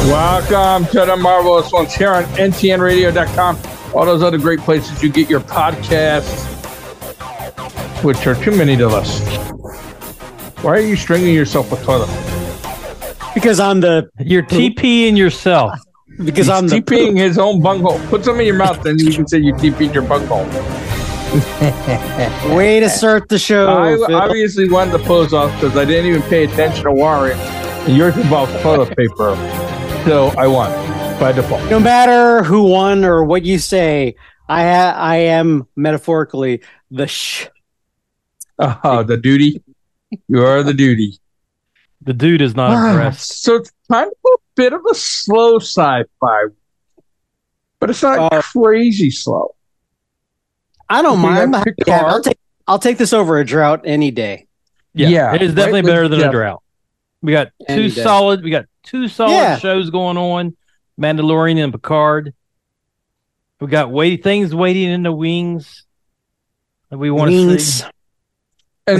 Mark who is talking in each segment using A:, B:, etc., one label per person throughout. A: NTN.com, to the Marvelous Ones here on NTNRadio.com, all those other great places you get your podcasts, which are too many to list. Why are you stringing yourself with toilet?
B: Because I'm the
C: You're TPing yourself.
B: because I'm the
A: TPing his own bunghole. Put some in your mouth, then you can say you TP'd your bunghole.
B: way to start the show.
A: I
B: Oh, Phil.
A: obviously wanted to pose off because I didn't even pay attention to Warren. And yours involved toilet paper. So I won by default.
B: no matter who won or what you say, I ha- I am metaphorically the sh.
A: Uh, the duty. You are the duty.
C: The dude is not impressed.
A: so it's kind of a bit of a slow sci fi, but it's not
B: Uh,
A: crazy slow.
B: I don't
A: You
B: mind.
A: have
B: I'm happy to have- I'll
A: Picard.
B: take I'll take this over a drought any day.
C: Yeah,
A: Yeah,
C: it is
A: right
C: definitely
A: with
C: better than
A: Jeff.
C: a drought. We got
B: Any
C: two
B: day.
C: solid. We got two solid
B: Yeah.
C: shows going on: Mandalorian and Picard. We got wait things waiting in the wings that we want to see.
B: Wings.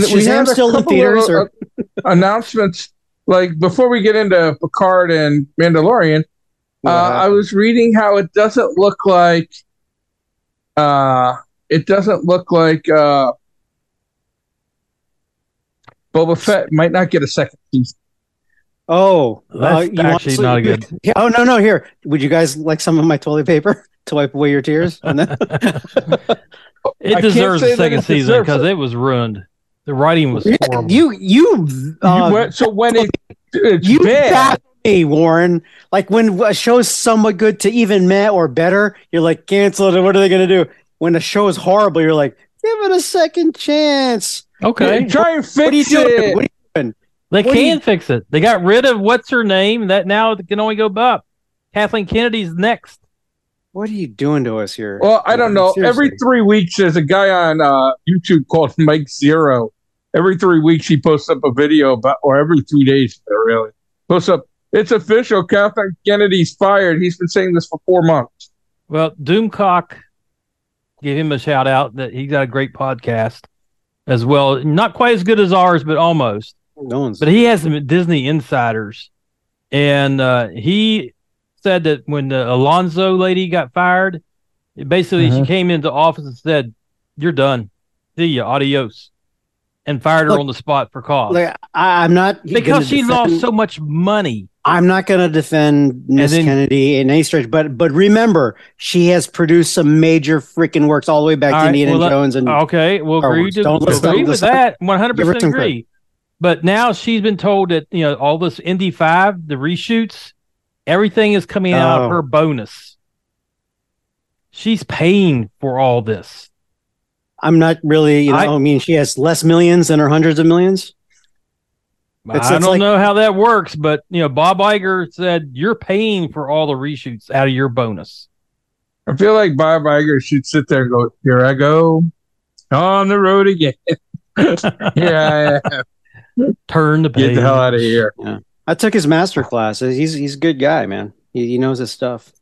B: Is Shazam
A: had a
B: still in
A: couple
B: theaters,
A: of,
B: or-
A: uh, announcements like before we get into Picard and Mandalorian. Uh, I was reading how it doesn't look like uh it doesn't look like uh Boba Fett might not get a second season.
B: oh, uh,
C: That's
B: you want
C: actually
B: to-
C: not good.
B: Yeah, oh no no here. Would you guys like some of my toilet paper to wipe away your tears? And then-
C: It
A: can't
C: deserves
A: say that
C: a second
A: it
C: season
A: deserves
C: because it was ruined. The writing was horrible.
B: you you uh,
A: you went, so when it it's
B: You
A: bad,
B: back me, Warren. Like when a show's somewhat good to even met or better, you're like, cancel it. What are they going to do? When a show is horrible, you're like, give it a second chance.
C: okay,
A: try and fix
B: What are you doing?
A: it.
B: What are you-
C: they
B: what do
C: can fix it. They got rid of what's her name. That now it can only go up. Kathleen Kennedy's next.
B: what are you doing to us here?
A: Well, I don't know.
B: Seriously.
A: Every three weeks, there's a guy on uh, YouTube called Mike Zero. Every three weeks, he posts up a video about, or every three days, really posts up. It's official. Kathleen Kennedy's fired. He's been saying this for four months.
C: Well, Doomcock, give him a shout out that he got a great podcast as well. Not quite as good as ours, but almost.
B: no one's.
C: But he has some Disney insiders, and uh, he said that when the Alonzo lady got fired, basically
A: Uh-huh.
C: she came into office and said, "You're done. See ya. Adios," and fired
B: Look-
C: her on the spot for cause
B: like, I, I'm not gonna
C: because she
B: defend-
C: lost so much money.
B: I'm not going to defend Miss
C: then-
B: Kennedy in any stretch, but but remember, she has produced some major freaking works all the way back
C: All
B: to
C: right,
B: Indiana
C: well, let-
B: Jones and
C: Okay, we'll
B: Star
C: agree,
B: Wars.
C: to,
B: Don't
C: we'll
B: let's not-
C: agree with
B: let's not
C: that. One hundred
B: give her
C: percent
B: some credit.
C: agree. But now she's been told that you know all this Indy five, the reshoots, everything is coming out
B: Oh.
C: of her bonus. She's paying for all this.
B: I'm not really, you know, I,
C: I-
B: mean, she has less millions than her hundreds of millions. It's-
C: I
B: it's
C: don't
B: like-
C: know how that works, but you know Bob Iger said you're paying for all the reshoots out of your bonus.
A: I feel like Bob Iger should sit there and go, "Here I go, on the road again. yeah,
C: Turn the page.
A: get the hell out of here."
B: I took his master class. He's he's a good guy, man. He, he knows his stuff.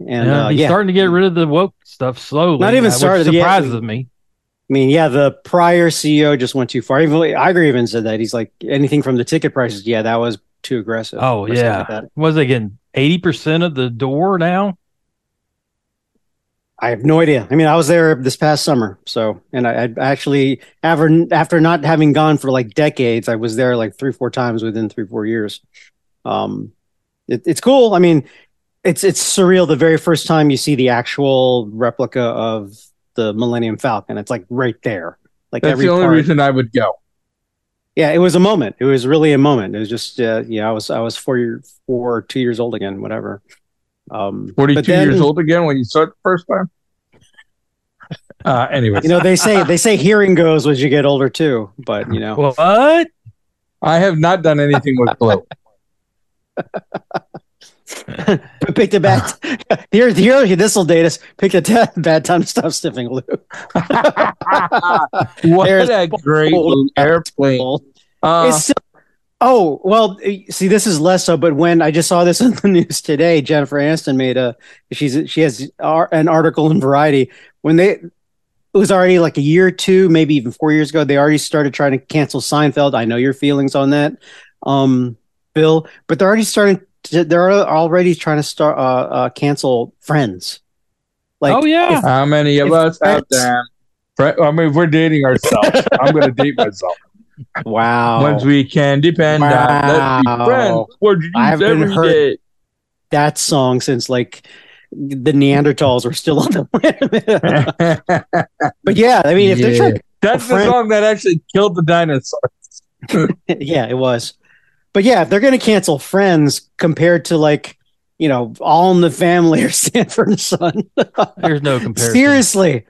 B: And
C: Yeah,
B: yeah, uh,
C: he's
B: yeah.
C: starting to get rid of the woke stuff slowly.
B: Not even
C: uh, which
B: started yet.
C: surprises me.
B: I mean, yeah, the prior CEO just went too far. Even Iger even said that he's like anything from the ticket prices. Yeah, that was too aggressive.
C: Oh,
B: or something
C: yeah.
B: like that.
C: Was they getting eighty percent of the door now?
B: I have no idea. I mean, I was there this past summer, so and I, I actually after after not having gone for like decades, I was there like three four times within three four years. Um, it, it's cool. I mean, it's it's surreal. The very first time you see the actual replica of the Millennium Falcon, it's like right there. Like
A: That's
B: every
A: the only
B: part.
A: reason I would go.
B: Yeah, it was a moment. It was really a moment. It was just uh, yeah, I was I was four year four two years old again, whatever. Um, but
A: Forty-two
B: then-
A: years old again when you saw it the first time. Uh, anyway,
B: you know they say they say hearing goes as you get older too but you know
C: What?
A: I have not done anything with Glow.
B: picked a bad here here this will date us picked a ta- bad time to stop sniffing glue
A: What
B: There's
A: a great
B: old
A: airplane. Uh,
B: It's so- oh well eh, see this is less so but when i just saw this in the news today jennifer aniston made a she's she has ar- an article in variety when they it was already like a year or two maybe even four years ago they already started trying to cancel seinfeld i know your feelings on that um bill but they're already starting they're already trying to start uh, uh cancel Friends. Like
C: oh yeah,
A: Uh, How many of
B: If
A: us have
B: that's-
A: them? Fri- I mean, we're dating ourselves. I'm going to date myself.
B: wow,
A: Ones we can depend on. Let's be
B: Oh. Wow.
A: friends. We're Jews
B: I've been
A: every
B: hurt.
A: day.
B: that song since like the Neanderthals were still on the planet. but yeah, I mean, if they're trying,
A: That's the
B: Friend-
A: song that actually killed the dinosaur.
B: yeah, it was. But yeah, if they're going to cancel Friends compared to like, you know, All in the Family or Sanford and Son,
C: there's no comparison.
B: seriously.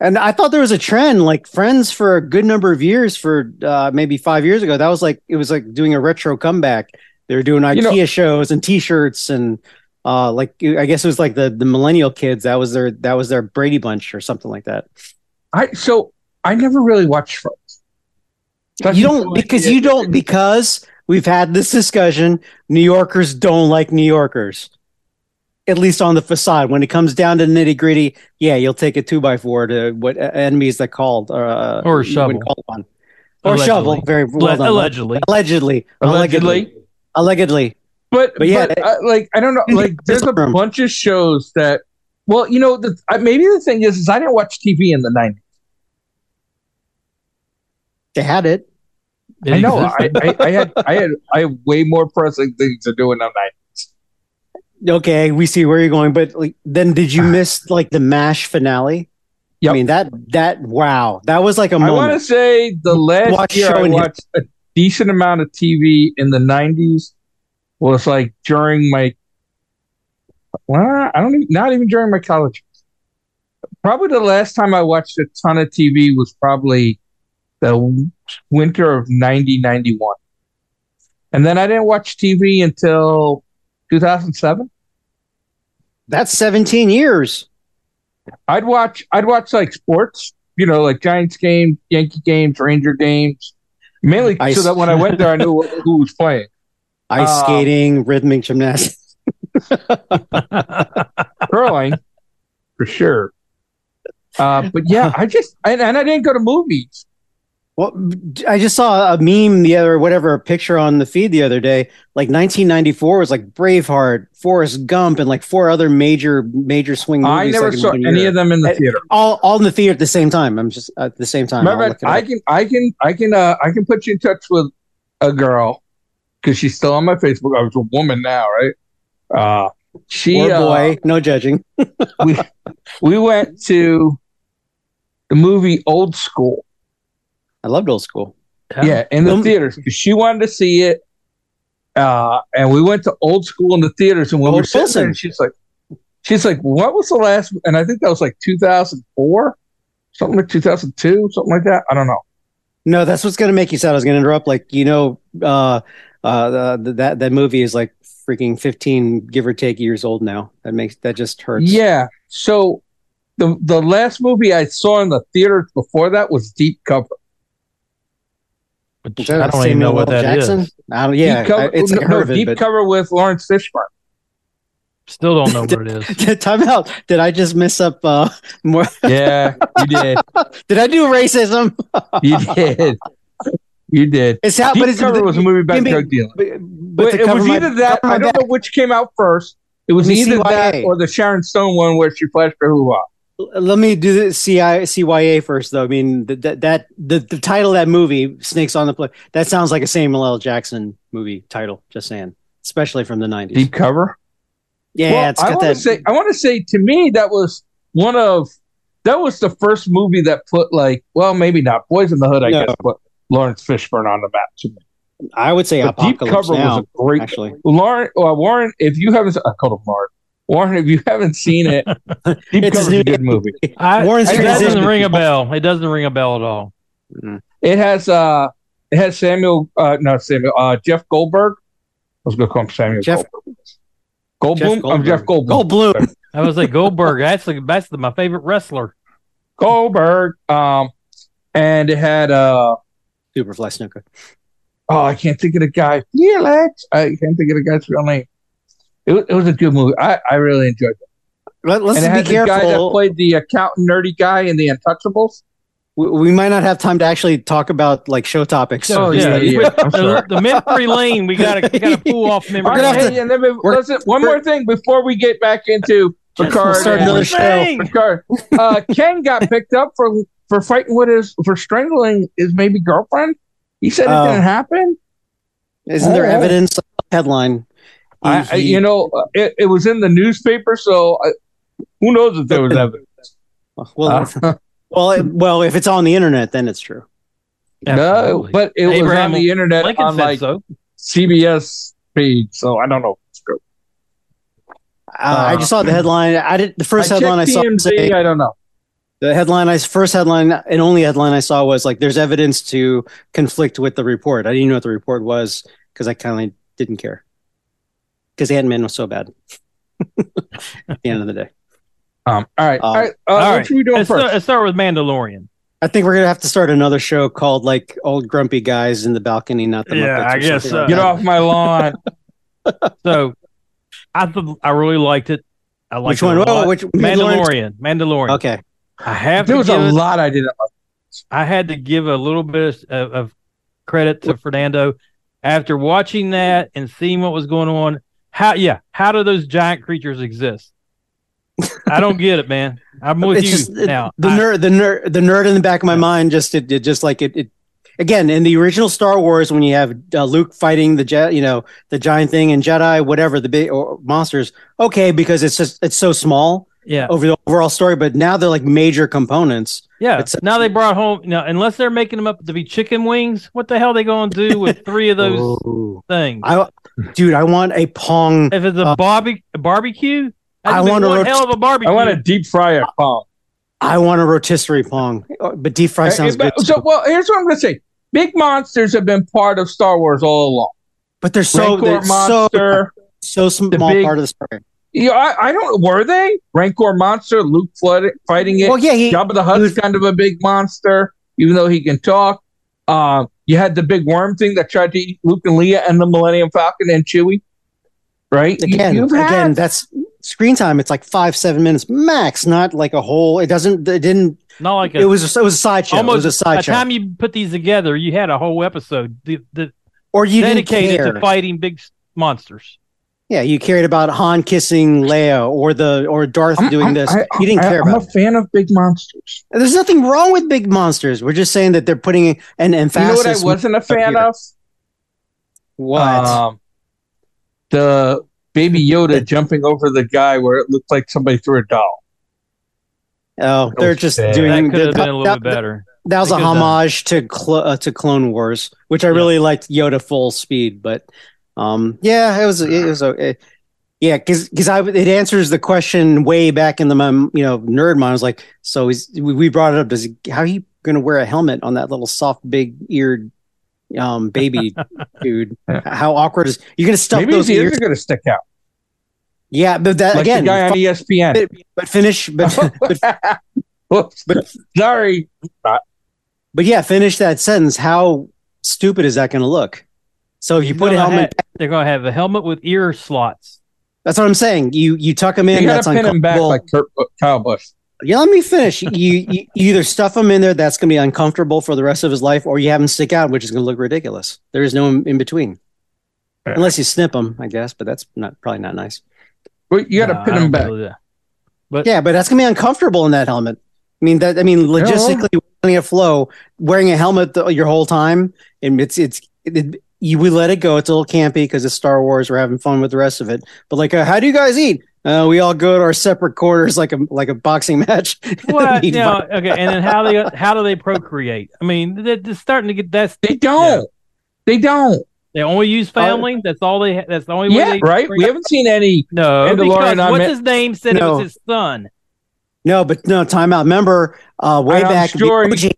B: And I thought there was a trend like Friends for a good number of years, for uh, maybe five years ago. That was like it was like doing a retro comeback. They were doing IKEA
A: You know-
B: shows and T-shirts and uh, like I guess it was like the the millennial kids. That was their that was their Brady Bunch or something like that.
A: I so I never really watched Friends. That's
B: you
A: the
B: don't
A: only
B: because
A: thing
B: you
A: I-
B: don't because we've had this discussion new yorkers don't like new yorkers at least on the facade when it comes down to nitty gritty yeah you'll take a two by four to what uh, enemies that called uh,
C: Or a
B: you wouldn't
C: shovel.
B: call upon. or
C: Allegedly.
B: shovel very well done.
C: allegedly.
B: allegedly
A: allegedly.
B: allegedly
A: But,
B: But yeah,
A: but,
B: it-
A: uh, like I don't know,
B: it's
A: like there's a
B: different.
A: bunch of shows that. Well, you know, the, I, maybe the thing is, is I didn't watch TV in the '90s.
B: they had it
C: It
A: I know I,
C: existed.
A: I, I had I had I had way more pressing things to do in the '90s.
B: okay we see where you're going but like then did you miss like the mash finale
A: Yep.
B: i mean that that wow that was like a
A: I
B: moment
A: want to say the last
B: Watch
A: year I
B: showing you.
A: watched a decent amount of TV in the '90s was like during my. Well, I don't even, not even during my college. Probably the last time I watched a ton of TV was probably the w- winter of 90, 91. And then I didn't watch TV until 2007.
B: that's 17 years
A: I'd watch I'd watch like sports, you know, like Giants games, Yankee games, Ranger games, mainly
B: I
A: so
B: s-
A: that when I went there, I knew who was playing.
B: ice
A: Um,
B: skating, rhythmic gymnastics.
A: Curling, for sure. Uh, but yeah, I just and, and I didn't go to movies.
B: Well, I just saw a meme the other, whatever, a picture on the feed the other day. Like 1994 was like Braveheart, Forrest Gump, and like four other major, major swing movies.
A: I never
B: like, in
A: saw
B: one
A: any
B: year.
A: of them in the
B: I-
A: theater.
B: All, all in the theater at the same time. I'm just at the same time. I'll
A: Remember,
B: look it
A: I
B: up.
A: can I can I can uh, I can put you in touch with a girl because she's still on my Facebook. I was a woman now, right? Uh, she
B: Or
A: uh,
B: boy, no judging.
A: we we went to the movie Old School.
B: I loved old school.
A: Yeah, in the
B: Um,
A: theaters. 'cause She wanted to see it, uh, and we went to Old School in the theaters. And when we
B: Old
A: were sitting there,
B: Wilson.
A: and she's like, she's like, what was the last? And I think that was like 2004, something like 2002, something like that. I don't know.
B: No, that's what's gonna make you sad. I was gonna interrupt. Like you know, uh, uh, th- that that movie is like freaking 15, give or take, years old now. That makes that just hurts.
A: Yeah. So the the last movie I saw in the theaters before that was Deep Cover.
C: Which
B: Is
C: I
B: that
C: don't even
B: Samuel
C: know what
B: L.
C: that is.
B: Jackson? I don't, yeah,
A: Deep Cover,
B: I- it's
A: no,
B: like heard of
A: no,
B: it,
A: Deep
B: but-
A: Cover with Lawrence Fishburne.
C: Still don't know what it is.
B: Time out. Did I just mess up? Uh, more?
A: Yeah, you did.
B: Did I do racism?
A: You did. You did.
B: It's how,
A: Deep
B: Uh, but it's
A: Cover was a movie about
B: give me-
A: drug dealing.
B: But, but
A: But
B: to
A: it
B: cover
A: was
B: my-
A: either that.
B: cover my
A: I don't
B: back-
A: know which came out first. It was
B: Let me
A: either
B: see
A: that
B: YA.
A: or the Sharon Stone one where she flashed uh, her hoo ha.
B: Let me do the CI, CYA first, though. I mean, th- that that the, the title of that movie, Snakes on the Play, that sounds like a Samuel L. Jackson movie title. Just saying, especially from the nineties.
A: Deep cover.
B: yeah,
A: well,
B: it's
A: I want
B: got
A: to
B: that.
A: say. I want to say to me that was one of that was the first movie that put like well maybe not Boys in the Hood I
B: No.
A: guess but Lawrence Fishburne on the map to me.
B: I would say
A: But Deep
B: Apocalypse
A: Cover
B: Now.
A: was a great
B: actually,
A: Lauren uh, Warren if you haven't I called him Lauren Warren if you haven't seen it Deep
B: It's
A: Cover's
B: new-
A: a good movie.
C: I,
B: Warren's
C: it doesn't
A: transition.
C: ring a bell. It doesn't ring a bell at all.
A: It has uh it has Samuel uh not Samuel uh Jeff Goldberg. I was gonna call him Samuel
B: Jeff-
A: Goldberg. Goldblum?
B: Jeff
A: I'm Jeff Goldblum.
B: Goldblum.
C: I was like Goldberg. That's the that's the, my favorite wrestler.
A: Goldberg. Um and it had uh
B: Superfly Snooker.
A: oh I can't think of the guy. Felix. I can't think of the guy's real name. It was, it was a good movie. I, I really enjoyed it.
B: Let,
A: and
B: let's
A: it
B: be
A: had the guy that
B: careful.
A: played the accountant nerdy guy in the Untouchables.
B: we, we might not have time to actually talk about like show topics.
C: So,
A: Oh,
C: yeah,
A: yeah, yeah. I'm sorry.
C: The, the memory lane, we gotta gotta pull off memory.
A: All
B: gonna
A: right,
B: have
C: lane.
A: hey, and then we-
B: we're-
A: listen, one more thing before we get back into
B: Just
A: Picard.
B: start
A: and-
B: another show.
C: Thing.
A: Picard. Uh, Ken got picked up for for fighting with his for strangling his maybe girlfriend. He said
B: Oh.
A: it didn't happen.
B: Isn't there
A: Oh.
B: evidence? Headline. E
A: I, I, you know, uh, it, it was in the newspaper, so I, who knows if there was evidence?
B: well,
A: Uh,
B: well, it- well, if it's on the internet, then it's true.
A: no,
C: Absolutely.
A: but it was
C: Abraham
A: on the internet
C: Lincoln
A: on
C: said
A: like
C: so.
A: CBS feed, so I don't know. if it's true.
B: Uh, I just saw the headline. I did the first headline I
A: checked
B: saw.
A: TMZ,
B: say-
A: I don't know.
B: the headline I first headline and only headline I saw was like, "There's evidence to conflict with the report." I didn't know what the report was because I kind of didn't care because Ant Man was so bad. At the end of the day,
A: Um, all right,
B: Um,
A: all right. Uh,
C: all
A: what
C: right.
A: should we do
C: Let's
A: first?
C: start, let's start with Mandalorian.
B: I think we're gonna have to start another show called like "Old Grumpy Guys in the Balcony," not the
C: Yeah,
B: Muppets or
C: I guess uh,
B: something
C: so.
B: like
A: Get
B: that.
A: off my lawn.
C: So, I th- I really liked it. I
B: Which
C: liked it
B: one?
C: A
B: Oh,
C: lot.
B: which Mandalorian?
C: Mandalorian. Mandalorian.
B: Okay.
C: I have
A: there
C: to
A: was
C: give
A: a
C: it-
A: lot I didn't. like.
C: I had to give a little bit of, of credit to Fernando after watching that and seeing what was going on. How yeah, how do those giant creatures exist? I don't get it, man. I'm with
B: It's
C: you
B: just- it-
C: now.
B: the
C: I-
B: nerd the nerd the nerd in the back of my mind just it, it just like it, it again in the original star wars when you have uh, luke fighting the jet you know the giant thing and jedi whatever the big or monsters okay because it's just it's so small
C: yeah,
B: over the overall story but now they're like major components
C: yeah.
B: it's-
C: Now they brought home now, unless they're making them up to be chicken wings. What the hell they going to do with three of those things?
B: i dude Oh. i want a pong
C: if it's a
B: uh,
C: bobby a barbecue,
B: I
C: that'd be
B: want a
C: one
B: rot-
C: hell of a barbecue.
A: I want to deep fry a palm.
B: i want a rotisserie pong Uh, but deep fry
A: Uh,
B: sounds
A: but-
B: good too.
A: So, well, here's what I'm going to say: big monsters have been part of Star Wars all along.
B: but they're so
A: Rancor
B: they're so
A: monster.
B: so small
A: big-
B: part of the story
A: you know, I, I don't. Were they Rancor monster? Luke flood, fighting it.
B: well yeah he,
A: Jabba the Hutt's
B: was-
A: kind of a big monster, even though he can talk. Um, you had the big worm thing that tried to eat Luke and Leia and the Millennium Falcon and Chewie, right? You-
B: again
A: you've had-
B: again that's screen time it's like five seven minutes max not like a whole it doesn't it didn't
C: Not like a,
B: it was it was a sideshow it was
C: Almost
B: a
C: by the
B: sideshow
C: time you put these together, you had a whole episode. The, the,
B: or you didn't
C: dedicated
B: care
C: to fighting big s- monsters.
B: yeah you cared about han kissing leia or the or darth
A: I'm-
B: doing
A: I'm-
B: this
A: I-
B: you didn't
A: I-
B: care
A: I'm
B: about
A: a fan of big monsters.
B: it. there's nothing wrong with big monsters we're just saying that they're putting an
A: You know
B: emphasis
A: what I wasn't a fan
B: here.
A: of? Um, the baby Yoda jumping over the guy where it looked like somebody threw a doll.
B: oh they're just
A: That
B: doing
C: that could have been a little
B: that,
C: bit better.
B: that was
C: They
B: a
C: could've done.
B: homage to Clo- uh, to Clone Wars, which I
C: Yeah.
B: really liked Yoda full speed, but um, yeah, it was it was okay. Yeah, because I it answers the question way back in the mem- you know nerd mind. I was like, so is we, we brought it up. Does he, how are you going to wear a helmet on that little soft big eared um baby dude? How awkward is you're going to stuff
A: Maybe
B: those
A: his ears
B: ears?
A: are going to stick out.
B: Yeah, but that
A: Like
B: again,
A: the guy on E- ESPN.
B: but finish, but but
A: Whoops. Sorry.
B: But yeah, finish that sentence. How stupid is that going to look? So if you
C: They're
B: put a
C: gonna
B: helmet,
C: have- they're going to have a helmet with ear slots.
B: that's what I'm saying. You you tuck them in.
A: You got
B: That's
A: to pin him back
B: uncomfortable.
A: like Kurt, Kyle Busch.
B: yeah, let me finish. You, you you either stuff him in there. That's going to be uncomfortable for the rest of his life, or you have him stick out, which is going to look ridiculous. There is no in between,
A: Yeah.
B: unless you snip him, I guess. But that's not probably not nice.
A: Well, You got to
C: No,
A: pin
C: I
A: him
C: don't
A: back.
C: believe that.
B: Yeah, but that's going to be uncomfortable in that helmet. I mean that. I mean logistically, running a flow, wearing a helmet the, your whole time, and it's it's it, you, we let it go. It's a little campy because it's Star Wars. We're having fun with the rest of it. But like, uh, how do you guys eat? Uh, we all go to our separate quarters, like a like a boxing match.
C: What?
B: We-
C: No, okay. And then how they how do they procreate? I mean, they're, they're starting to get that's
A: They don't. They don't.
C: they only use family. that's all they. ha- That's the only
A: Oh. Yeah,
C: way. They,
A: right? We haven't seen any.
C: no,
A: Mandalorian,
C: because
A: I
C: what's
A: meant-
C: his name said
B: No.
C: it was his son.
B: No, but no timeout. Remember, uh, way
A: I'm
B: back, the
A: sure he-
B: OG,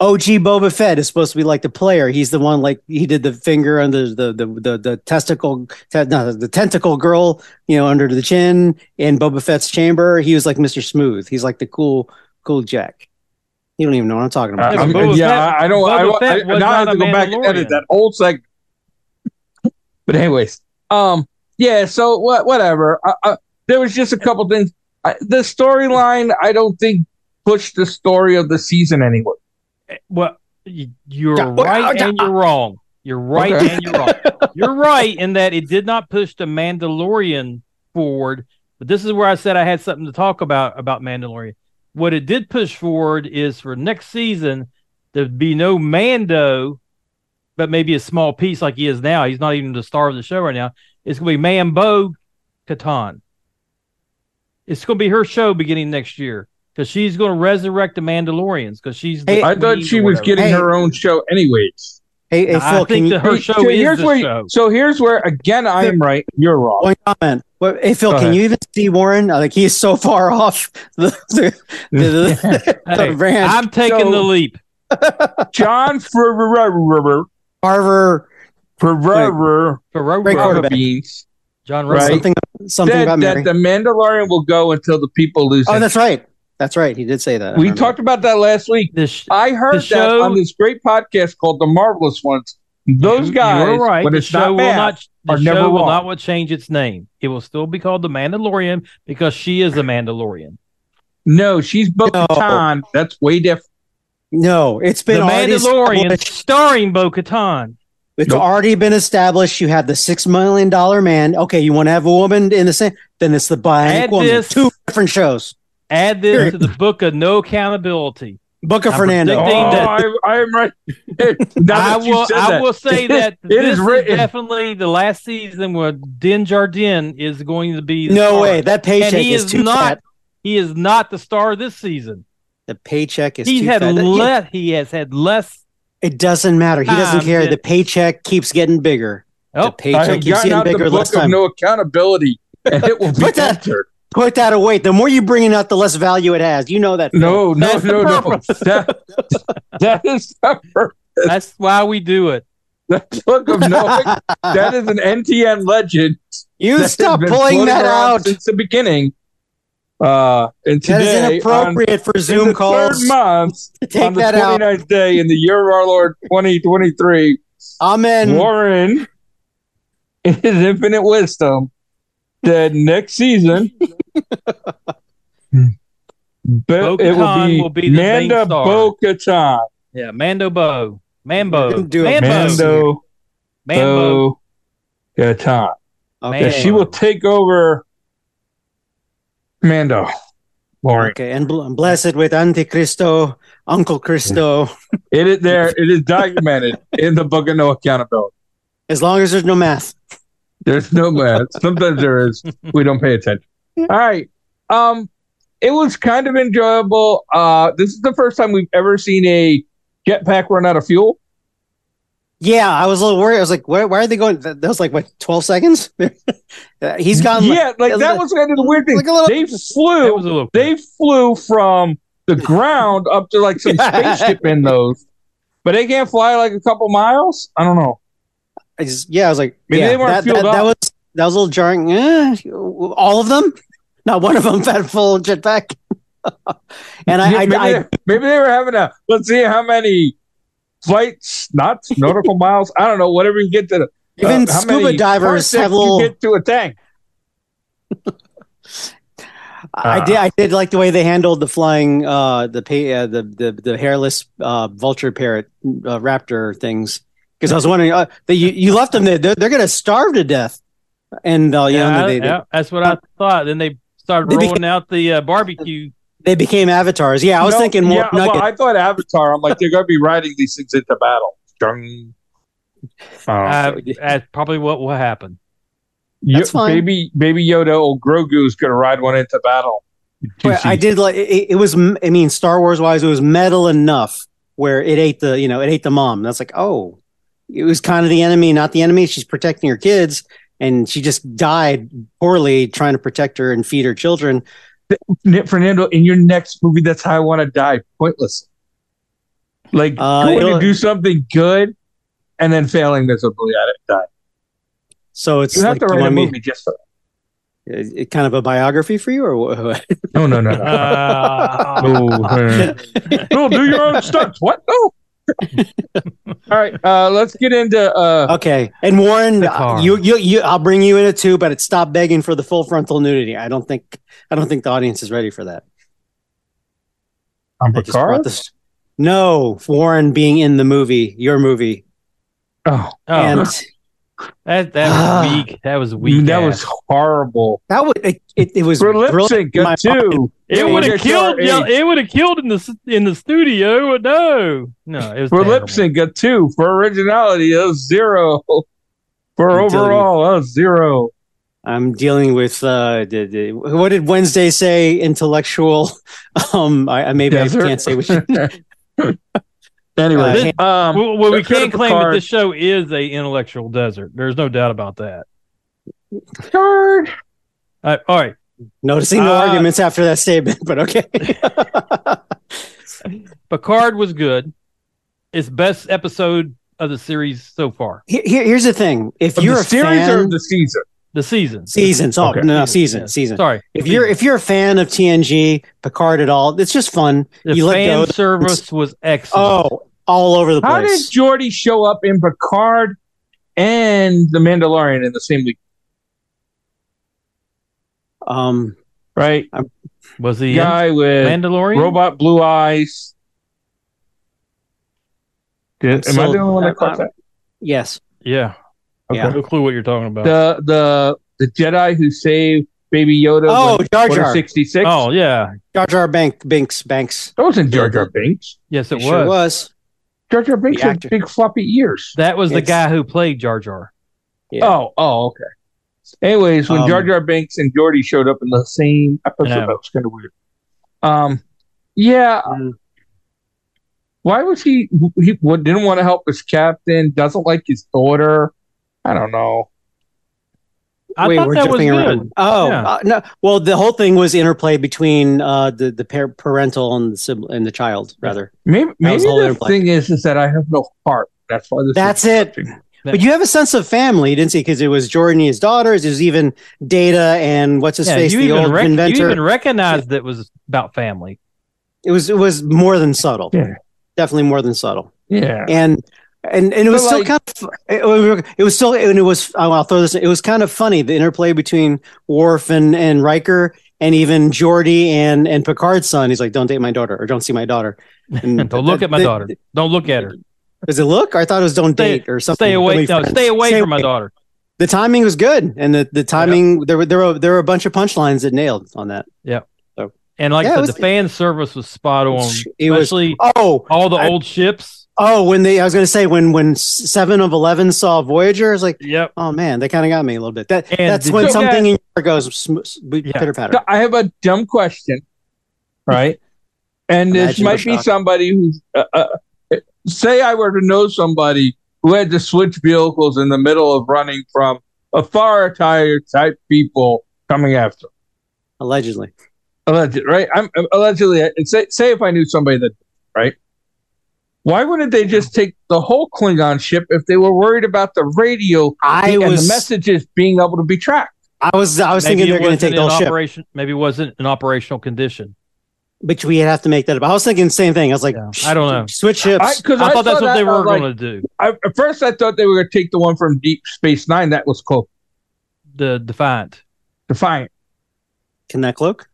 B: OG Boba Fett is supposed to be like the player. He's the one like he did the finger under the the the, the testicle, te- no, the tentacle girl, you know, under the chin in Boba Fett's chamber. He was like Mister Smooth. He's like the cool cool Jack. You don't even know what I'm talking
A: I-
B: about.
C: but
A: Uh, I'm-
C: Boba
A: yeah,
C: Fett-
A: I, I don't. I,
C: Boba
A: don't- I,
C: Fett was
A: now I
C: not
A: have to
C: a
A: go back and edit
C: Mandalorian.
A: that whole segment. But anyways, um, yeah. So what? Whatever. I, I, there was just a couple things. I, the storyline, I don't think pushed the story of the season anywhere.
C: well, y- you're right and you're wrong. You're right
A: Okay.
C: and you're wrong. You're right in that it did not push the Mandalorian forward. But this is where I said I had something to talk about about Mandalorian. What it did push forward is for next season there'd be no Mando, but maybe a small piece like he is now. He's not even the star of the show right now. It's gonna be Mambo Katan. It's gonna be her show beginning next year because she's gonna resurrect the Mandalorians because she's. The
B: Hey,
A: I thought
C: queen
A: she
C: or
A: was
C: whatever.
A: getting
B: Hey.
A: her own show, anyways.
B: Hey, hey
C: No, I
B: Phil, can
C: think
B: you,
C: the- Her
A: Wait,
C: show
A: so
C: is
A: here's
C: the
A: where,
C: show.
A: So here's where again I am right, you're wrong.
B: one Oh, comment? Well, hey Phil,
A: Go
B: can
A: ahead.
B: you even see Warren? Uh, Like he is so far off the the, the, the,
C: Hey,
B: the ranch.
C: I'm taking
A: So-
C: the leap.
A: John Ferrer
B: Carver,
A: Ferrer
B: Great
C: Ferraro,
B: quarterback.
A: Beans
C: John
A: Right.
C: Russell.
B: something something
A: said
B: about Mary.
A: that the Mandalorian will go until the people lose.
B: oh,
A: interest.
B: that's right. That's right. He did say that. I
A: we
B: remember.
A: talked about that last week.
C: This
A: I heard
C: The
A: that
C: show-
A: on this great podcast called The Marvelous Ones. Those
C: you-
A: guys,
C: you were right.
A: when
C: the
A: it's
C: show
A: not
C: will
A: bad,
C: not. The
A: are
C: show
A: never
C: will
A: wrong.
C: not will change its name. It will still be called the Mandalorian because she is a Mandalorian.
A: no, she's Bo
B: No.
A: Katan. That's way different.
B: No, it's been
C: the
B: already
C: Mandalorian,
B: established-
C: starring Bo Katan.
B: It's
A: Nope.
B: already been established. You have the six million dollar man. Okay, you want to have a woman in the same? Then it's the
C: Add
B: bionic woman.
C: this-
B: Two different shows.
C: Add this to the book of no accountability.
B: Book of
C: I'm
B: Fernando.
A: Oh,
C: predicting that-
A: I, I am right. Now
C: I
A: that you
C: will.
A: said
C: I
A: that,
C: will say
A: it is-
C: that
A: it
C: this
A: is written.
C: definitely the last season where Din Jardin is going to be. the
B: no
C: star.
B: way. That paycheck
C: And he
B: is,
C: is
B: too
C: not.
B: fat.
C: He is not the star this season.
B: The paycheck is
C: He
B: too
C: had
B: fat. That-
C: le- He has had less
B: It doesn't matter. He doesn't
C: Ah,
B: care.
C: man.
B: The paycheck keeps getting bigger.
C: Oh,
B: the
A: I
B: paycheck
A: have
B: keeps
A: gotten
B: getting
A: out the
B: bigger last
A: book of
B: time.
A: no accountability, and it will be
B: Put that-
A: entered.
B: Put that away. The more you bring it out, the less value it has. You know that. Phil.
A: No, no,
C: That's the
A: no, no.
C: purpose.
A: That, that is not pur-
C: That's why we do it.
A: that book of no. that is an NTN legend.
B: you
A: that has
B: stop
A: been
B: pulling
A: floating
B: that
A: around
B: out.
A: since the beginning. Uh, and
B: That is
A: today, on,
B: inappropriate for
A: in
B: Zoom
A: the
B: calls.
A: third month,
B: Take
A: on the
B: that out.
A: 29th day in the year of our Lord 2023,
B: Amen.
A: Warren, in his infinite wisdom, said next season. But it will
C: Bo-Katan
A: be,
C: will be the main
A: Manda
C: star.
A: Bo Katan.
C: Yeah, Mando Bo. Mambo.
B: Didn't do it.
C: Mambo.
B: Mando.
C: Mambo.
A: Bo Katan.
B: Okay.
A: Yeah,
C: Man.
A: she will take over Mando. Lauren.
B: Okay, and bl- blessed with Antichristo, Uncle Christo.
A: It is there. It is documented in the book of no accountability.
B: As long as there's no math.
A: There's no math. Sometimes there is. We don't pay attention. All right. Um, it was kind of enjoyable. Uh, this is the first time we've ever seen a jetpack run out of fuel.
B: Yeah, I was a little worried. I was like, where, why are they going? That that was like, what, 12 seconds? Uh, He's gone. like-
A: yeah, like that was kind of the weird thing.
B: Like a little-
A: They
C: That was
A: flew.
C: a little.
A: They flew from the ground up to like some spaceship in those, but they can't fly like a couple miles. I don't know.
B: I just, yeah, I was like,
A: Maybe
B: yeah,
A: they weren't
B: that,
A: fueled
B: that, that
A: up.
B: was that was a little jarring. Eh, all of them? Not one of them had full jetpack. and
A: Yeah,
B: I,
A: maybe,
B: I, I
A: they, maybe they were having a let's see how many flights, not nautical miles. I don't know. Whatever you get to the uh,
B: even
A: how many
B: scuba divers
A: parsecs
B: have
A: you
B: little.
A: get to a tank.
B: I I did. I did like the way they handled the flying, uh, the pay, uh, the, the the hairless uh, vulture parrot uh, raptor things. Because I was wondering, uh, that you, you left them there. They're, they're gonna starve to death. And uh, you know,
C: yeah,
B: they, they,
C: yeah, that's what I thought. Then they started
B: They
C: rolling
B: became-
C: out the uh, barbecue.
B: they became avatars. Yeah, I was
A: No,
B: thinking more
A: yeah, well,
B: nugget.
A: I thought Avatar. I'm like they're gonna be riding these things into battle. Dung. Uh,
B: Oh,
C: Uh, that's probably what will happen.
B: that's fine.
A: Baby, baby Yoda, old Grogu is gonna ride one into battle.
B: But I did like it, it was. m- I mean, Star Wars wise, it was metal enough where it ate the you know it ate the mom. That's like oh, it was kind of the enemy, not the enemy. She's protecting her kids, and she just died poorly trying to protect her and feed her children.
A: Nick Fernando in your next movie. That's how I want to die. Pointless. Like
B: Uh,
A: going
B: it'll-
A: to do something good and then failing miserably at it. Die.
B: So it's
A: You have
B: like
A: to
B: you
A: write a
B: want me-
A: movie just for
B: it- it kind of a biography for you, or what?
A: No, no, no, no.
C: Uh,
A: no, no, do your own stunts. What? No. All right, uh, let's get into. Uh,
B: okay. And Warren, uh,
C: The car.
B: you, you you I'll bring you in it too, but it stop begging for the full frontal nudity. I don't think I don't think the audience is ready for that.
A: I'm
B: I just brought
A: Picard.
B: this. No, Warren being in the movie, your movie,
A: Oh,
C: Oh,
B: and Ah.
C: that that was weak. That was weak.
A: that
C: ass.
A: was horrible.
B: that would it, it, it was
A: For lip
B: brilliant
A: sync
B: in my
A: too.
C: It would have
A: Yes,
C: killed.
A: sir,
C: Yeah,
A: eight.
C: it would have killed in the s- in the studio. No, no, it was
A: For
C: terrible.
A: lip sync, a two. For originality, a zero. For
B: I'm telling you.
A: overall, a zero.
B: I'm dealing with uh, d- d- what did Wednesday say? Intellectual. Um, I, I maybe
A: Desert.
B: I can't say which.
A: anyway, um,
C: Well, well, we
A: Sarah
C: can't claim that
A: Picard.
C: this show is a intellectual desert. There's no doubt about that.
A: Picard.
C: Uh, all right,
B: Noticing the
C: Uh,
B: arguments after that statement, but okay.
C: Picard was good. It's best episode of the series so far.
B: Here- here- here's the thing: if
A: Of
B: you're
A: the
B: a
A: series
B: fan,
A: or of the season?
C: The season.
B: seasons, oh
A: Okay.
B: no, no,
C: Season,
B: season,
C: yes.
B: season.
C: Sorry.
B: If you're if you're a fan of TNG, Picard at all, it's just fun.
C: the
B: you let
C: fan
B: go-
C: service was excellent.
B: Oh, all over the
A: How did
B: place.
A: Jordy show up in Picard and the Mandalorian in the same week?
B: um,
A: Right,
B: Oh.
C: was he in
A: guy with
C: Mandalorian?
A: robot blue eyes. Did, am I
B: still-
A: the only one
B: I'm-
A: that caught
B: I'm-
A: that?
B: yes,
C: Yeah.
A: Okay.
B: yeah.
C: No clue what you're talking about.
A: The the the Jedi who saved Baby Yoda.
B: Oh,
A: when-
B: Jar
A: when
B: Jar,
A: sixty six.
C: oh yeah.
B: Jar Jar Bank, Binks, Banks.
A: That wasn't Jar Jar Binks.
C: Yes, it
B: It
C: was.
B: sure was.
A: Jar Jar Binks
B: The
A: had
B: actor.
A: big floppy ears.
C: That was the
B: It's-
C: guy who played Jar Jar.
B: Yeah.
A: Oh, oh, okay. Anyways, when
B: Um,
A: Jar Jar Binks and Jordy showed up in the same episode,
C: Yeah.
A: that was kind of weird. Um,
C: Oh,
A: yeah.
B: Mm.
A: Why was he? He wa- didn't want to help his captain. Doesn't like his daughter. I don't know.
C: I
B: Wait,
C: thought
B: we're
C: that was
B: jumping
C: good.
B: around. Oh
C: Yeah.
B: uh, no! Well, the whole thing was interplay between uh, the the par- parental and the sibling and the child, rather.
A: Maybe,
B: That
A: maybe
B: was all
A: the
B: their plan.
A: thing is, is that I have no heart. That's why this.
B: That's
A: is
B: it. But you have a sense of family, didn't you? Because it was Jordan and his daughters. It was even Data and what's his
C: Yeah,
B: face,
C: you,
B: the
C: even
B: old
C: rec- you
B: inventor.
C: even recognized that it was about family.
B: it was it was more than subtle.
A: Yeah.
B: definitely more than subtle.
A: Yeah.
B: and and and it was
A: But,
B: still
A: like-
B: kind of it was, it was still and it was oh, I'll throw this in. it was kind of funny the interplay between Worf and and Riker and even Geordi and and Picard's son he's like don't date my daughter or don't see my daughter and
C: Don't look at my
B: Hmm. the-
C: daughter. Don't look at her.
B: is it look I thought it was don't
C: Stay-
B: date or something
C: Stay
B: Don't
C: away.
B: be
C: No,
B: friends.
C: stay away from my daughter.
B: the timing was good and the the timing there were there were there were a bunch of punchlines that nailed on that
C: And like
B: Yeah,
C: I
B: it
C: said,
B: was-
C: the fan service was spot on,
B: it was
C: especially
B: oh
C: all the
B: I-
C: old ships.
B: oh when they I was gonna say when when Seven of Eleven saw Voyager I was like.
C: Yep.
B: Oh man, that kind of got me a little bit. That
C: And
B: that's
C: did
B: when
A: you
B: something in your goes sm- sm-
C: Yeah.
B: pitter
A: So
B: patter.
A: I have a dumb question, right? And this
B: Imagine the
A: might be
B: shock.
A: somebody who's uh, uh, say I were to know somebody who had to switch vehicles in the middle of running from authoritarian type people coming after. them.
B: Allegedly,
A: Alleged, right? I'm I'm- allegedly. and Say, say if I knew somebody that, right? Why wouldn't they just take the whole Klingon ship if they were worried about the radio
B: I
A: and
B: was
A: the messages being able to be tracked?
B: I was I was thinking
C: it
B: they're going to
C: wasn't
B: take the
C: in
B: whole ship,
C: operation. Maybe it wasn't an operational condition.
B: but we'd have to make that up. I was thinking the same thing. I was like,
C: Yeah.
B: psh,
C: I don't know.
B: Switch
A: I,
B: ships.
A: cause
C: I, thought that's
A: saw
C: what
A: that
C: they
A: and I
C: were
A: was like,
C: going to do.
A: I, at first, I thought they were going to take the one from Deep Space Nine. That was called
C: The Defiant.
A: Defiant.
B: Can that cloak?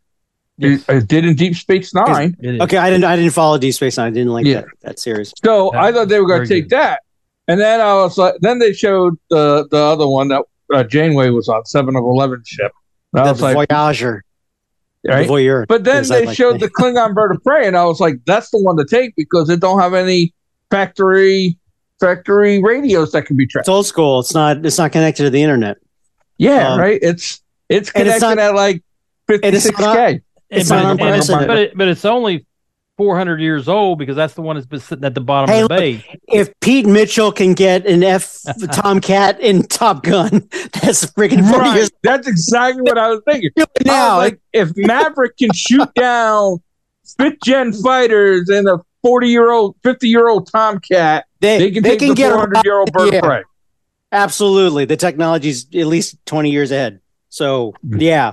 C: Yes.
A: It, it did in Deep Space Nine.
C: It is.
B: Okay, I didn't I didn't follow D Space Nine. I didn't like
A: Yeah.
B: that, that series.
A: So
C: That
A: I thought they were going
C: was
A: to
C: very
A: take
C: good.
A: that, and then I was like, then they showed the the other one that uh, Janeway was on Seven of Eleven ship. And I
B: The,
A: was like,
B: Voyager,
A: right?
B: the Voyeur.
A: But then
B: Yes, I'd
A: they
B: like
A: showed
B: to-
A: the Klingon bird of prey, and I was like, that's the one to take because it don't have any factory factory radios that can be
B: It's
A: tracked.
B: old school. It's not it's not connected to the internet.
A: Yeah,
B: um,
A: right. It's it's
B: and
A: connected
B: it's not-
A: at like
B: and
A: fifty
B: it's
A: six
B: not-
A: k.
B: It's
C: but,
B: not
C: it-
B: on
C: and-
B: precedent.
C: but it, but it's only 400 years old because that's the one that's been sitting at the bottom
B: Hey,
C: of the
B: look,
C: bay.
B: If Pete Mitchell can get an F Tomcat in Top Gun, that's freaking forty
A: Right.
B: years
A: That's exactly what I was thinking.
B: now.
A: now, like if Maverick can shoot down fifth gen fighters and a forty year old, fifty year old Tomcat,
B: they,
A: they can take the
B: get
A: four
B: around
A: hundred year old bird
B: Yeah.
A: of prey.
B: Absolutely. The technology's at least 20 years ahead. So,
C: Mm-hmm.
B: yeah.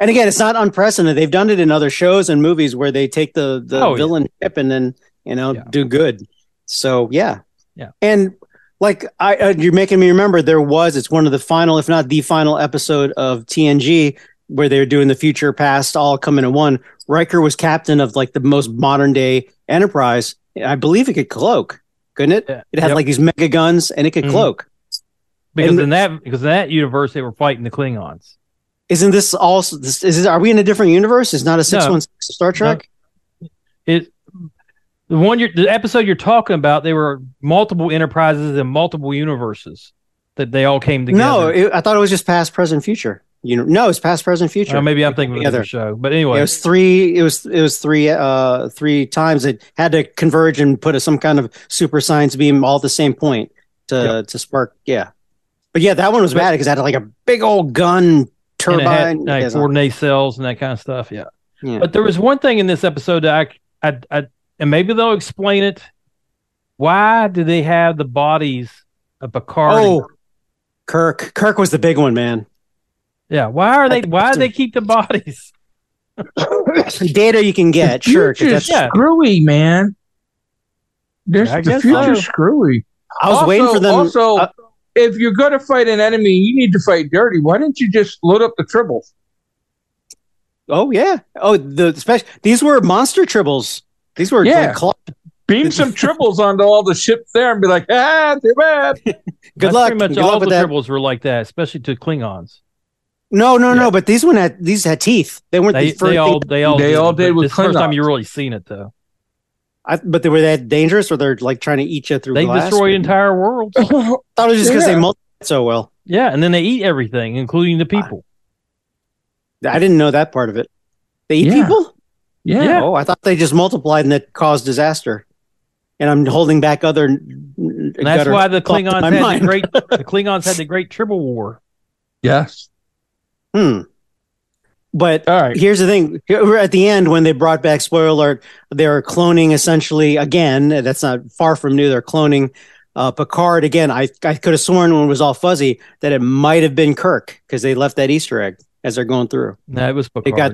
B: And again, it's not unprecedented. They've done it in other shows and movies where they take the, the
C: Oh, yeah.
B: villain ship and then, you know,
C: Yeah.
B: do good. So, yeah.
C: Yeah.
B: And like I uh, you're making me remember there was it's one of the final if not the final episode of TNG where they were doing the future past all come into one Riker was captain of like the most modern day Enterprise, I believe it could cloak, couldn't it?
C: Yeah.
B: It had
C: Yep.
B: like these mega guns and it could
C: Mhm.
B: cloak.
C: because
B: and-
C: in that because in that universe they were fighting the Klingons.
B: Isn't this also? This, is this, are we in a different universe? It's not a six one six Star Trek.
C: It the one you're the episode you're talking about, they were multiple enterprises and multiple universes that they all came together.
B: No, it, I thought it was just past, present, future. You know, no, it's past, present, future.
C: Or maybe I'm thinking of
B: Together.
C: another show, but Um, anyway,
B: It was three. It was it was three uh three times it had to converge and put a, some kind of super science beam all at the same point to to spark. Yeah, but yeah, that one was
C: But-
B: bad because it had like a big old gun
C: and it had,
B: turbine.
C: like,
B: Yeah,
C: coordinate cells and that kind of stuff. Yeah.
B: yeah.
C: But there was one thing in this episode that I, I, I, and maybe they'll explain it. Why do they have the bodies of Picard? and-
B: oh, Kirk. Kirk was the big one, man.
C: yeah. Why are they? Why do they keep the bodies?
B: Data you can get,
A: the
B: sure. 'cause
A: future's
B: that's-
C: yeah.
A: screwy, man. There's
C: I
A: the
C: guess
A: future's
C: so.
A: screwy.
B: I was
A: also,
B: waiting for them.
A: Also,
B: uh,
A: if you're going to fight an enemy, you need to fight dirty. Why didn't you just load up the tribbles?
B: oh yeah. Oh, the special. These were monster tribbles. These were
A: Yeah.
B: like, claw-
A: Beam some tribbles onto all the ships there and be like, ah, too bad.
B: good
C: That's
B: luck.
C: Pretty much
B: good
C: all
B: luck
C: the
B: with that.
C: tribbles were like that, especially to Klingons.
B: No, no, no. But these one had these had teeth. They weren't
C: They,
B: the first
C: they all
B: thing-
C: they all
A: They
C: did,
A: all
C: but
A: did with
C: this is the first time
A: Klingons.
C: you really seen it though.
B: I, but they were that dangerous, or they're like trying to eat you through
C: They
B: glass.
C: destroy entire worlds.
B: I thought it was just because
A: Yeah.
B: they multiplied so well.
C: yeah, and then they eat everything, including the people.
B: I didn't know that part of it. They eat
A: Yeah.
B: people.
C: Yeah.
B: Oh, I thought they just multiplied and that caused disaster. And I'm holding back other.
C: And that's why the Klingons
B: my
C: had
B: mind.
C: the great the Klingons had the great tribble war.
A: Yes.
B: Hmm. But
A: All right.
B: here's the thing: Here- at the end, when they brought back spoiler alert, they're cloning essentially again. That's not far from new. They're cloning uh, Picard again. I I could have sworn when it was all fuzzy that it might have been Kirk because they left that Easter egg as they're going through.
C: No, it was Picard.
B: got-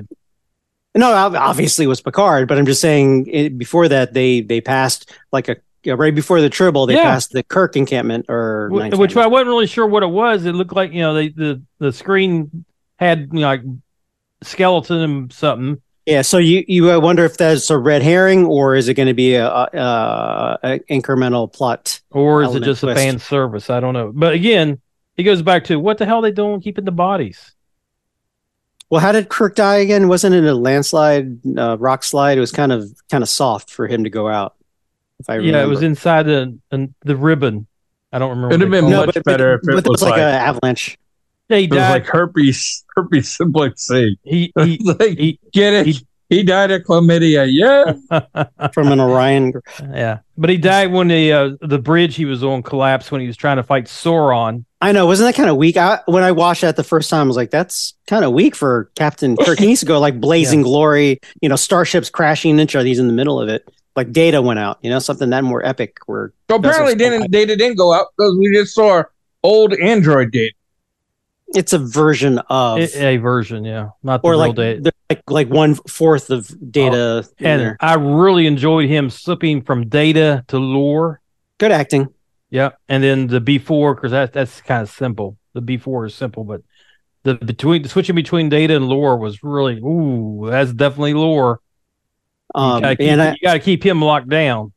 B: No, ob- obviously it was Picard, but I'm just saying it, before that they they passed like a yeah, right before the Tribble they
C: Yeah.
B: passed the Kirk encampment or
C: Wh-
B: night
C: which I
B: encampment.
C: wasn't really sure what it was. It looked like you know they, the the screen had you know, like skeleton and something.
B: yeah. So you you uh, wonder if that's a red herring or is it going to be a, uh a incremental plot?
C: Or is
B: Element
C: it just
B: twist.
C: a fan service? I don't know. But again, it goes back to what the hell are they doing keeping the bodies?
B: Well, how did Kirk die again? Wasn't it a landslide, uh, rock slide? It was kind of kind of soft for him to go out. If I remember.
C: Yeah, it was inside the an- the ribbon. I don't remember.
A: It'd
C: what
A: have
C: they
A: been
C: call
A: much better if it
B: but there
A: was
B: was like,
A: like-
B: an avalanche.
C: it. He
A: It was
C: died.
A: like herpes, herpes simplex C.
C: he, he,
A: like,
C: he-
A: get it? He,
C: he-
A: died of chlamydia. Yeah.
B: from an Orion.
C: yeah, but he died when the uh, the bridge he was on collapsed when he was trying to fight Sauron.
B: I know, wasn't that kind of weak? I, when I watched that the first time, I was like, "That's kind of weak for Captain Kirk." He needs to go like blazing glory, you know, starships crashing into these in the middle of it. Like Data went out, you know, something that more epic. Where
A: So apparently,
B: That's what's-
A: didn't data didn't go out because we just saw old Android data.
B: it's a version of,
C: A, a version, yeah, not the
B: or
C: real
B: like,
C: data.
B: they're like like one fourth of Data. in
C: And
B: there.
C: I really enjoyed him slipping from data to lore.
B: good acting.
C: Yeah, and then the B4 because that that's kind of simple. The B4 is simple, but the between the switching between data and lore was really ooh, that's definitely lore. You
B: Um,
C: gotta keep,
B: and I,
C: you got to keep him locked down.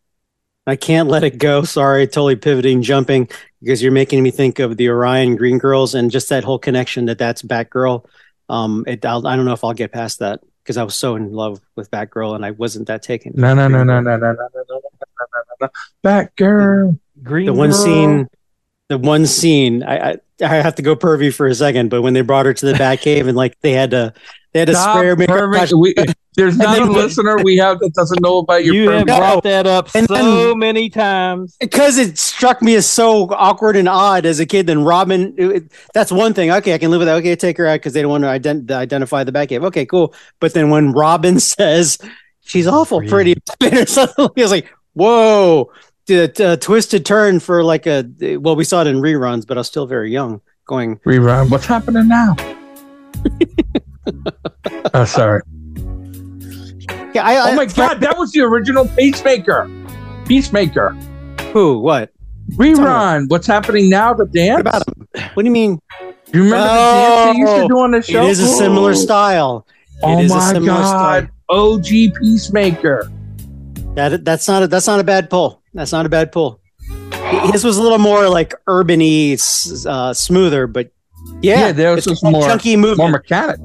B: I can't let it go. Sorry, totally pivoting, jumping because you're making me think of the Orion Green Girls and just that whole connection that that's Batgirl. Um, it, I'll, I don't know if I'll get past that because I was so in love with Batgirl and I wasn't that taken.
A: No, no, no, no, no, no, no, no, no, no, no, no, no. Back girl.
C: Green
B: The one
C: Girl,
B: scene, the one scene, I, I I have to go pervy for a second, but when they brought her to the Batcave and like they had to they had to
A: Stop
B: spray her makeup.
A: perving- we- There's not a
B: then-
A: listener we have that doesn't know about your
C: You have
A: perving.
C: brought that up
B: And
C: so
B: then-
C: many times.
B: because it struck me as so awkward and odd as a kid. Then Robin, it- it- that's one thing. Okay, I can live with that. Okay, take her out because they don't want to ident- identify the Batcave. Okay, cool. But then when Robin says she's awful pretty, or something, I was like, whoa, did a twisted turn for like a well, we saw it in reruns, but I was still very young. Going,
A: Rerun. What's happening now? oh, sorry.
B: yeah, I,
A: Oh my God, that was the original Peacemaker. Peacemaker.
B: I, who, what?
A: Rerun. What's happening now? The dance.
B: What about him? What do you mean? Oh,
A: Do you remember the dance they used to do on the show?
B: It is a similar style.
A: Oh
B: it is
A: my
B: a similar
A: God.
B: style.
A: OG Peacemaker.
B: That that's not a, that's not a bad pull. That's not a bad pull. His was a little more like urban-y, s- uh, smoother, but yeah,
A: Yeah, theirs
B: it's E.
A: was
B: got
A: more-
B: chunky
A: More
B: movement.
A: mechanic.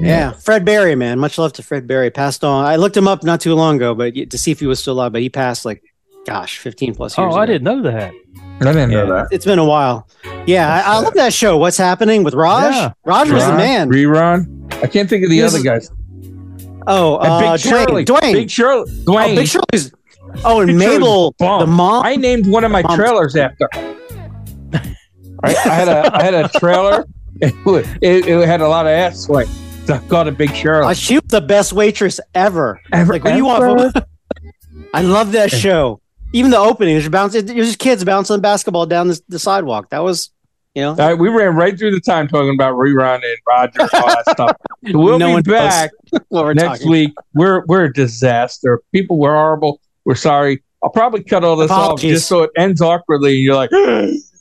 B: yeah, Fred Barry, man, much love to Fred Barry. Passed on. I looked him up not too long ago, but to see if he was still alive. But he passed like, gosh, fifteen plus years.
C: Oh, I
B: ago.
C: didn't know that.
A: I didn't know
B: Yeah,
A: that.
B: it's been a while. Yeah, I, I love that show. What's happening with Raj?
C: Yeah.
B: Raj was the
A: Rerun,
B: man.
A: Rerun. I can't think of the
B: He was-
A: other guys.
B: Oh,
A: And
B: uh, Dwayne.
A: Shirley.
B: Dwayne.
A: Big Shirley. Dwayne.
B: Oh, Big Shirley's. Oh, and
A: Big Shirley's
B: Mabel,
A: bomb.
B: the mom.
A: I named one of my
B: Mom.
A: trailers after. her. I, I had a I had a trailer. It, wa- it, it had a lot of ass sweat. So I called it Big Shirley.
B: Uh, she was the best waitress ever.
A: Ever-
B: Like, what do you want?
A: ever?
B: From- I love that show. Even the opening, there's bouncing, there's just kids bouncing basketball down the, the sidewalk. That was, you know,
A: All right, we ran right through the time talking about rerun and Roger and all that stuff. We'll
B: No
A: be
B: one knows
A: back
B: what we're
A: next
B: talking.
A: week. We're we're a disaster. People were horrible. We're sorry. I'll probably cut all this off
B: Apologies.
A: just so it ends awkwardly. And you're like,